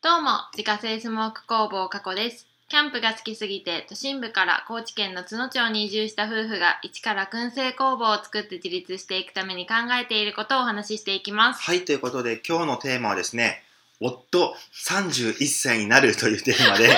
どうも、自家製スモーク工房加古です。キャンプが好きすぎて、都心部から高知県の津野町に移住した夫婦が、一から燻製工房を作って自立していくために考えていることをお話ししていきます。はい、ということで今日のテーマはですね、夫31歳になるというテー マで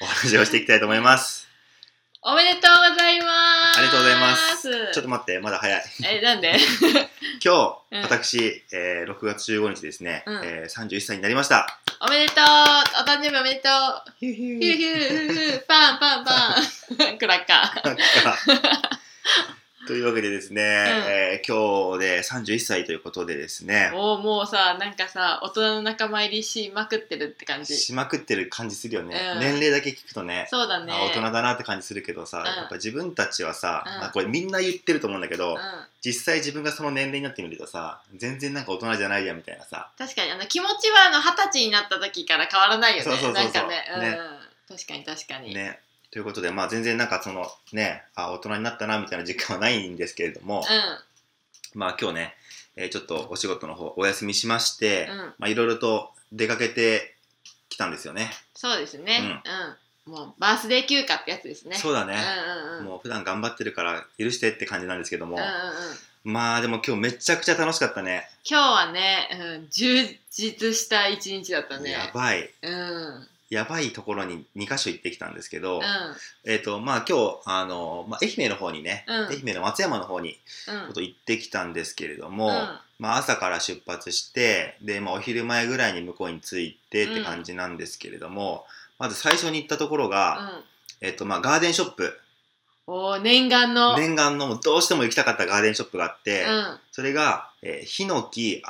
お話をしていきたいと思います。おめでとうございます。ありがとうございます。ちょっとと待って、まだ早い。え、なんで今日、うん私、えー6月15日ですね、うんえー31歳になりました。 おめでとうお誕生日おめでとうヒューヒュヒューヒューヒューヒューパンパンパンクラッカー。なんか というわけでですね、えー今日で31歳ということでですね、おーもうさ、なんかさ、大人の仲間入りしまくってるって感じ。しまくってる感じするよね。うん年齢だけ聞くとね。そうだね。あ大人だなって感じするけどさ、んやっぱ自分たちはさ、うんまあこれみんな言ってると思うんだけど、うん実際自分がその年齢になってみるとさ全然なんか大人じゃないやみたいなさ確かにあの気持ちはあの二十歳になった時から変わらないよねそうそうそうそうなんかねうんね確かに確かに、ねということでまあ全然なんかそのねあ大人になったなみたいな実感はないんですけれども、まあ今日ね、えーちょっとお仕事の方お休みしまして、うんうんまあいろいろと出かけてきたんですよねそうですねうん、もうバースデー休暇ってやつですねそううだね、んうんうんもう普段頑張ってるから許してって感じなんですけども、うんうんうんまあでも今日めちゃくちゃ楽しかったね今日はね、うん、充実した一日だったねやばいうんうんやばいところに2か所行ってきたんですけど、えっ、とまあ今日あの、まあ、愛媛の方にね、うん愛媛の松山の方にうんちょっと行ってきたんですけれども、うんまあ、朝から出発してで、まあ、お昼前ぐらいに向こうに着いてって感じなんですけれども、まず最初に行ったところうが、んえっとまあ、ガーデンショップおー念願の念願のもうどうしても行きたかったガーデンショップがあって、うんそれが、えー、ヒノキ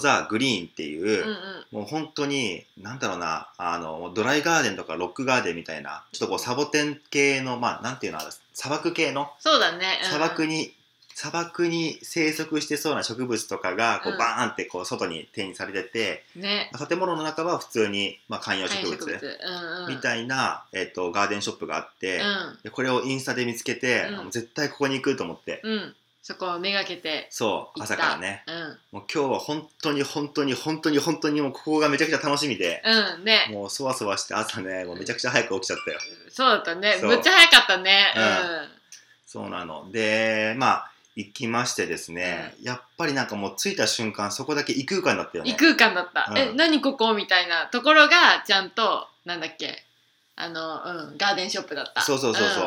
ザ・グリーンっていう、うんうんもう本当になんだろうなあのもうドライガーデンとかロックガーデンみたいなちょっとこうサボテン系のまあなんていうのかな砂漠系のそうだね、うん砂漠に、砂漠に生息してそうな植物とかがこうんうバーンってこう外に展示されてて、ね建物の中は普通に、まあ、観葉植観葉物うんうんみたいな、えっとガーデンショップがあって、うんでこれをインスタで見つけて、うんもう絶対ここに行くと思って、うんそこをめがけてそう行った朝からねうんもう今日は本当に本当に本当に本当にもうここがめちゃくちゃ楽しみで、うんねもうそわそわして朝ねもうめちゃくちゃ早く起きちゃったよ。そうだったね。そうむっちゃ早かったね。そうなのでまあ行きましてですね、やっぱりなんかもう着いた瞬間そこだけ異空間だったようん。異ね空間だった。うんえ、何ここみたいなところが、ちゃんと、なんだっけ、あの、うん、ガーデンショップだった。そうそうそうそ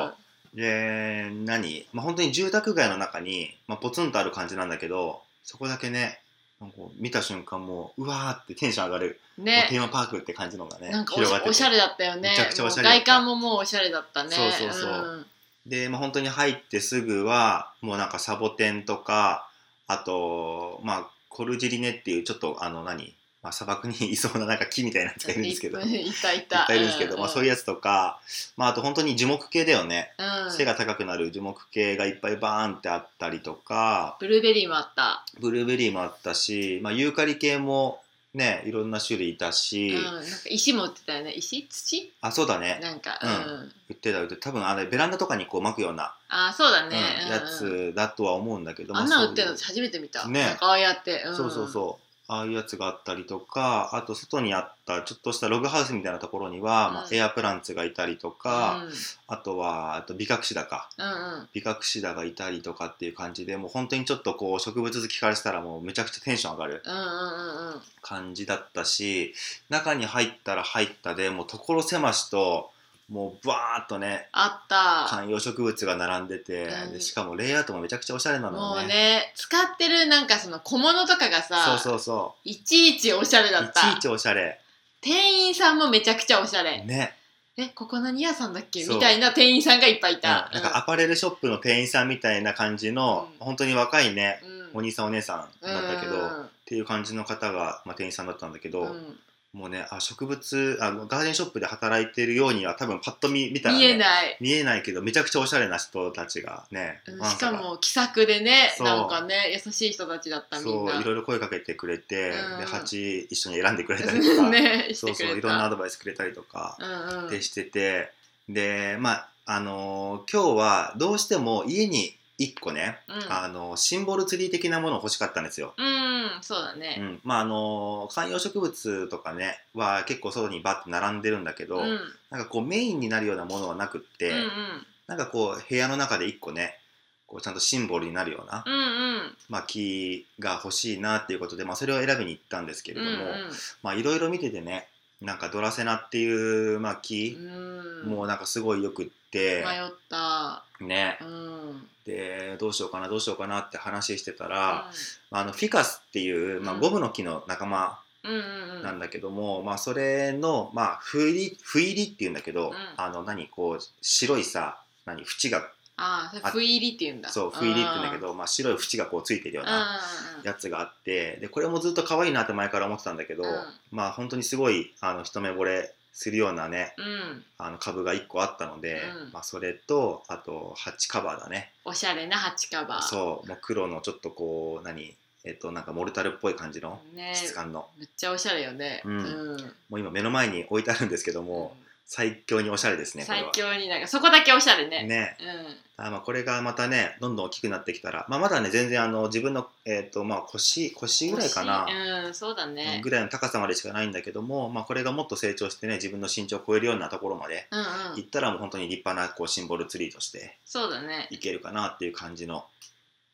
うで何、まあ、本当に住宅街の中に、まあ、ポツンとある感じなんだけどそこだけねなんかこう見た瞬間もううわーってテンション上がる、うん。もうテね。ーマパークって感じのがねなんかお広がってておしゃれだったよね。めちゃくちゃおしゃれもだうった外観ももうおしゃれだったね。そうそうそうで、まあ、本当に入ってすぐはもうなんかサボテンとかあとまあコルジリネっていうちょっとあの何、まあ、砂漠にいそうななんか木みたいなやつがいるんですけどういたい。いったぱいいるんですけど、まあ、そういううやつとか、まあ、あと本当に樹木系だよね、んうん、背が高くなる樹木系がいっぱいバーンってあったりとかブルーベリーもあった。ブルーベリーもあったし、まあ、ユーカリ系もねいろんな種類いたうし、ん。なんか石も売ってたよね。石土あそうだねなんか、う。うんん売ってた売ってた多分あれベランダとかにこう巻くような、あ、そうだうんね。うんうんやつだとは思うんだけどあんなの売ってるるの初めて見た。ねなんかああやって。んそうそうそうああいうやつがあったりとかあと外にあったちょっとしたログハウスみたいなところには、まあう、んエアプランツがいたりとうか、んあとはあと美隠しだかうんうん美隠しだがいたりとかっていう感じでもう本当にちょっとこう植物好きからしたらもうめちゃくちゃテンション上がるうんうんうん感じだったし中に入ったら入ったでもう所狭しともうバーっとねあった観葉植物が並んでて、うんでしかもレイアウトもめちゃくちゃおしゃれなのもようねね使ってるなんかその小物とかがさそうそうそいちいちおしゃれうだいったちいちおしゃれ店員さんもめちゃくちゃおしゃれ、ね、えここ何屋さんだっけそうみたいな店員さんがいっぱいいうん、なた、んかアパレルショップの店員さんみたいな感じの、うん本当に若いねうんお兄さんお姉さんだったけど、うっんていう感じの方が、まあ、店員さんだったんだけど、うんもうねあ植物あガーデンショップで働いてるようには多分パッと見見たら、ね、見えない、見えないけどめちゃくちゃおしゃれな人たちがね、うんわんしさかがも気さくでねそうなんかね優しい人たちだったみんそなういろいろ声かけてくれて、うんで鉢一緒に選んでくれたりと か、ねしそてうくそれたういろんなアドバイスくれたりとかうんうんでしててでまああのー今日はどうしても家に一個ね、うんあのシンボルツリー的なもの欲しかったんですよ。うんそうだうねん、まああの観葉植物とかねは結構外にバッて並んでるんだけうど、んうんなんかこうメインになるようなものはなくって、うんなんかこう部屋の中で一個ねこうちゃんとシンボルになるような、うんうんまあ、木が欲しいなっていうことで、まあ、それを選びに行ったんですけれうども、んまあいろいろ見ててねなんかドラセナっていう、まあ、木、うんもうなんかすごいよくっ迷て、ったねうんでどうしようかなどうしようかなって話してたら、あのフィカスっていう、まあ、ゴムの木の仲間うんうんうんなんだけども、まあ、それの、まあ、ふいりふいりっていうんだけど、うんあの何こう白いさ何縁がああそれ不入りって言うんだそうふいりっていうんだけど、まあ、白い縁がこうついてるよううんなうんうんやつがあってでこれもずっと可愛いなって前から思ってたんだけど、うんまあ本当にすごいあの一目惚れするようなねうんあの株が1個あったので、うんまあ、それとあとハッチカバーだねおしゃれな鉢カバーそうもう黒のちょっとこう何えっとなんかモルタルっぽい感じのね質感の、めっちゃおしゃれよねうんうんもう今目の前に置いてあるんですけども、最強におしゃれですねこれ最は。強になんかそこだけおしゃれねね、うんあまあこれがまたねどんどん大きくなってきたら、まあ、まだね全然あの自分の、えっとまあ、腰腰ぐらいかな、うんそうだねぐらいの高さまでしかないんだけども、まあ、これがもっと成長してね自分の身長を超えるようなところまでうんう行んったらもう本当に立派なこうシンボルツリーとしてそうだねいけるかなっていう感じの、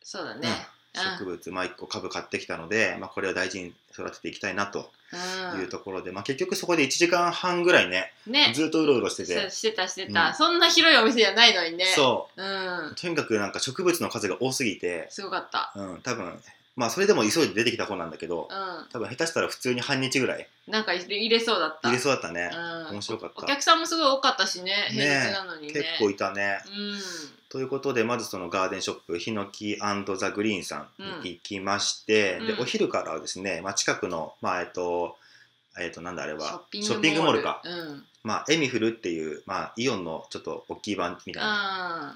そうだうんね植物、まあ、1個株買ってきたので、まあ、これを大事に育てていきたいなとうんいうところで、まあ、結局そこで1時間半ぐらいねねずっとうろうろしてそうてしてたしてうんたそんな広いお店じゃないのにねそううんとにかくなんか植物の数が多すぎて、すごかったうん、多分まあそれでも急いで出てきた子なんだけどう多分下手したら普通に半日ぐらいんなんか入れ入れそうだった入れそうだったね、うん面白かったお客さんもすごい多かったしねね平日なのにね結構いたねうんということでまずそのガーデンショップヒノキザ・グリーンさんうんに行きまして、うんでお昼からはですね、まあ、近くのまあえっとえっとなんだあれショッはピングショッピングモールか、うんまあ、エミフルっていう、まあ、イオンのちょっと大きい版みたいあな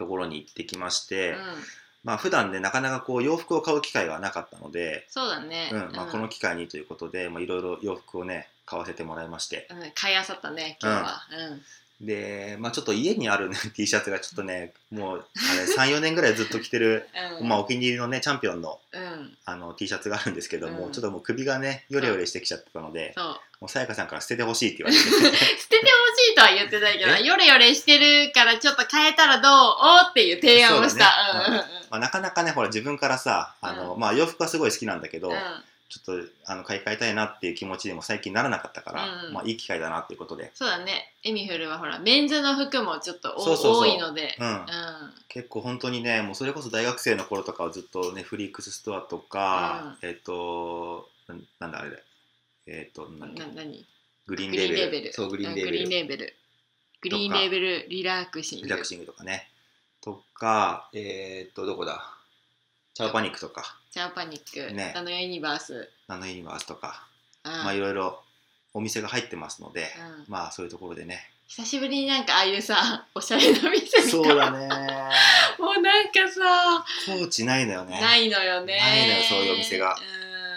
ところに行ってきましーて、うんまあ普段ねなかなかこう洋服を買う機会がなかったので、そうだねうんまあ、この機会にということでまあいろいろ洋服をね買わせてもらいましてうん買いあさったね今日はうんで、まあ、ちょっと家にある、ね、T シャツがちょっとねもう34年ぐらいずっと着てる、うんまあ、お気に入りのねチャンピオンのうんあの T シャツがあるんですけども、うんちょっともう首がねよれよれしてきちゃったので、そうもうさやかさんから捨ててほしいって言われ て捨ててほしいとは言ってないけど、えヨレヨレしてるからちょっと変えたらどうっていう提案をした。そううだんねまあなかなかねほら自分からさあの、うまあ、洋服はすごい好きなんだけど、うんうん。ちょっとあの買い替えたいなっていう気持ちにも最近ならなかったから、うんまあ、いい機会だなっていうことで、そうだね。エミフルはほら、メンズの服もちょっとおそうそうそう多いので。うんうん。結構本当にねもうそれこそ大学生の頃とかはずっとねフリークスストアとか、えっ、とななんだあれだえっ、となんだっけな何グリーングリーレンベレルベル。そうグリーうンんレベグリルーンレーベル。グリーンレーベルリラクシング。リラクシングとかねとかえっ、とどこだチャーパニックとかチャーパニック。ねナノユニバース。ナノユニバースとか、うんまあいろいろお店が入ってますので、うんまあそういうところで ね久しぶりになんかああいうさ、おしゃれな店見た。そうだねもうなんかさ、高知ないのよねないのよね。ないのよそういうお店が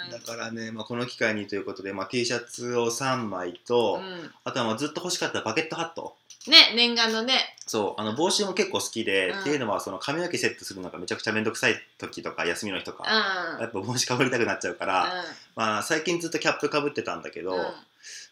だうからね、まあ、この機会にということで、まあ、T シャツを3枚と、ん。うんあとはまあずっと欲しかったバケットハットね、念願のね、そうあの帽子も結構好きで、うんっていうのはその髪の毛セットするのがめちゃくちゃ面倒くさい時とか休みの日とか、うやんっぱ帽子かぶりたくなっちゃうから、まあ、最近ずっとキャップかぶってたんだけど、うんうん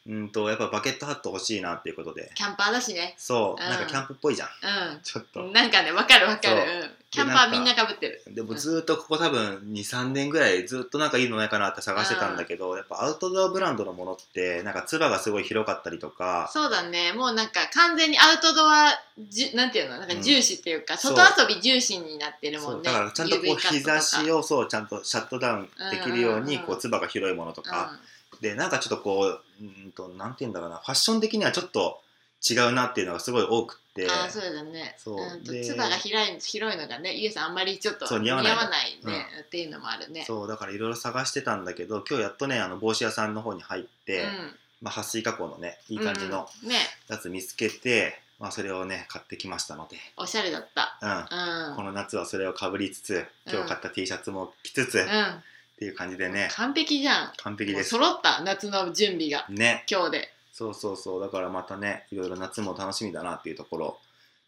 うん、とやっぱバケットハット欲しいなっていうことでキャンパーだしね。そう、うんなんかキャンプっぽいじゃんちょっうとん。なんかね、わかるわかる。そううんキャンパーみんなかぶってる。でもずっとここ多分23年ぐらいずっとなんかいいのないかなって探してたんだけど、やっぱアウトドアブランドのものってなんかつばがすごい広かったりとかそうだね、もうなんか完全にアウトドアじゅ、なんていうの、なんか重視っていうか、そう外遊び重視になってるもそんうね。だからちゃんとこ UV うカット日とか差しをそうちゃんとシャットダウンできるよううんうんうにんうんこうつばが広いものとか、でなんかちょっとこううんとなんて言うんだろうなファッション的にはちょっと違うなっていうのがすごい多くっうてん、ああ、そうだね。そううんと、でつばが広い、広いのがね、ゆえさんあんまりちょっとそう似似合合わわなないいね、っていうのもあるね。そうだからいろいろ探してたんだけど今日やっとねあの帽子屋さんの方に入って、うんまあ、撥水加工のねいい感じのうんね、やつ見つけて、まあ、それをね買ってきましたので、おしゃれだった。うんうん。この夏はそれをかぶりつつ今日買った T シャツも着つつ、っうん。ていう感じでね完璧じゃん。完璧もうです揃った夏の準備がね今日でそうそうそうだからまたねいろいろ夏も楽しみだなっていうところ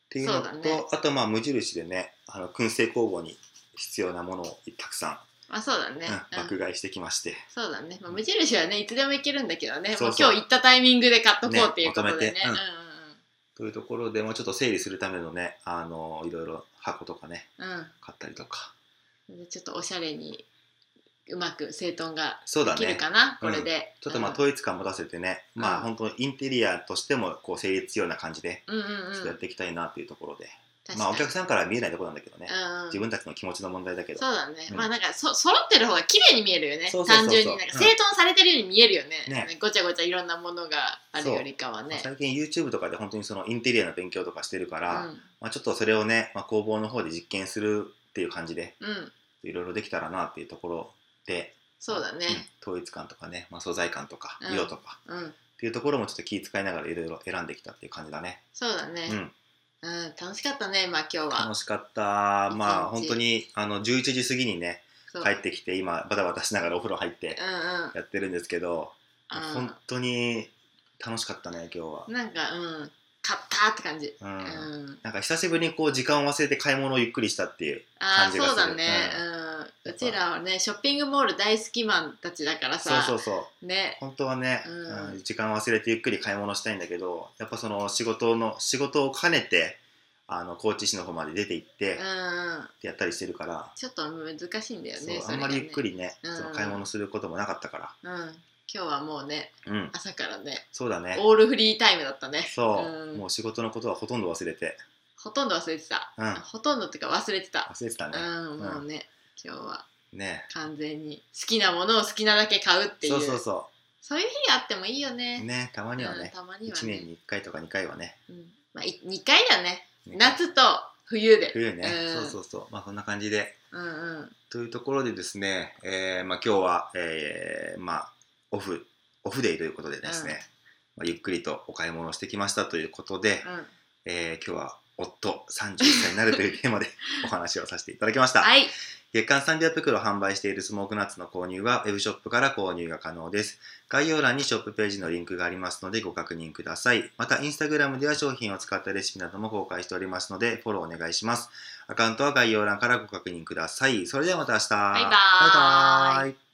っていうのそうと、だねあとまあ無印でねあの燻製工房に必要なものをたくさまあそうだん、ね、うんうん爆買いしてきまして、そうだね、まあ、無印はねいつでも行けるんだけどねそうそうもう今日行ったタイミングで買っとこうっていうことでねねまとめてうんうんというところでもうちょっと整理するためのねあのいろいろ箱とかねうんうん、うん買ったりとかでちょっとおしゃれにうまく整頓がそうでだきるねかな、うこんれでちょっとまあうん統一感持たせてね、まあう本当インテリアとしてもこう成立するような感じでうんうちょっんとうやっんていきたいなっていうところで、確まかあおに客さんからは見えないところなんだけどね、うん自分たちの気持ちの問題だけどそうだね、うんまあなんかそ揃ってる方が綺麗に見えるよねそうそうそうそう単純になんかうん整頓されてるように見えるよね,、ねごちゃごちゃいろんなものがあるよりかはね最近 YouTube とかで本当にそのインテリアの勉強とかしてるかうら、まあ、ちょっとそれをね、まあ、工房の方で実験するっていう感じでん、うん、いろいろできたらなっていうところで、そうだねうん統一感とかね、まあ、素材感とかうん色とかうん、っていうところもちょっと気遣いながらいろいろ選んできたっていう感じだね、そうだね、うん、うん楽しかったねまあ今日は楽しかったまあ一本日当にあの11時過ぎにねそう帰ってきて今バタバタしながらお風呂入ってうんうんやってるんですけど、うん本当に楽しかったね今日は、なんかうん買ったって感じううんん、なんか久しぶりにこう時間を忘れて買い物をゆっくりしたっていうああ感じがそすうるだねうん、うちらはねショッピングモール大好きマンたちだからそうさそうそうね本当はね、うんうん時間忘れてゆっくり買い物したいんだけどやっぱその仕事の仕事を兼ねてあの高知市の方まで出て行っうて、っんてやったりしてるから、ちょっと難しいんだよそうねそあれんがまねりゆっくりね、うんその買い物することもなかったかうん今日はもうねらうん朝からねそうだねオールフリータイムだったねそう、んもう仕事のことはほとんど忘れてほとんど忘れてた、うんほとんどっていうか忘れてた忘れてたうね、んもうね、今日はね完全に好きなものを好きなだけ買うっていうそうそうそそういう日があってもいいよねうねたまにはうんね、たまに一はね1年に1回とか2回はねうんまあ、い2回だねね夏と冬で冬ね、うんそうそうそうまあそんな感じでうんうんというところでですね、えーまあ、今日は、えーまあ、オフオフデイということでですね、まあ、ゆっくりとお買い物をしてきましたということで、うんえー今日は夫31歳になるというテーマでお話をさせていただき ました、はい月間300袋販売しているスモークナッツの購入はウェブショップから購入が可能です概要欄にショップページのリンクがありますのでご確認くださいまたインスタグラムでは商品を使ったレシピなども公開しておりますのでフォローお願いしますアカウントは概要欄からご確認くださいそれではまた明日バイバイバーイバイ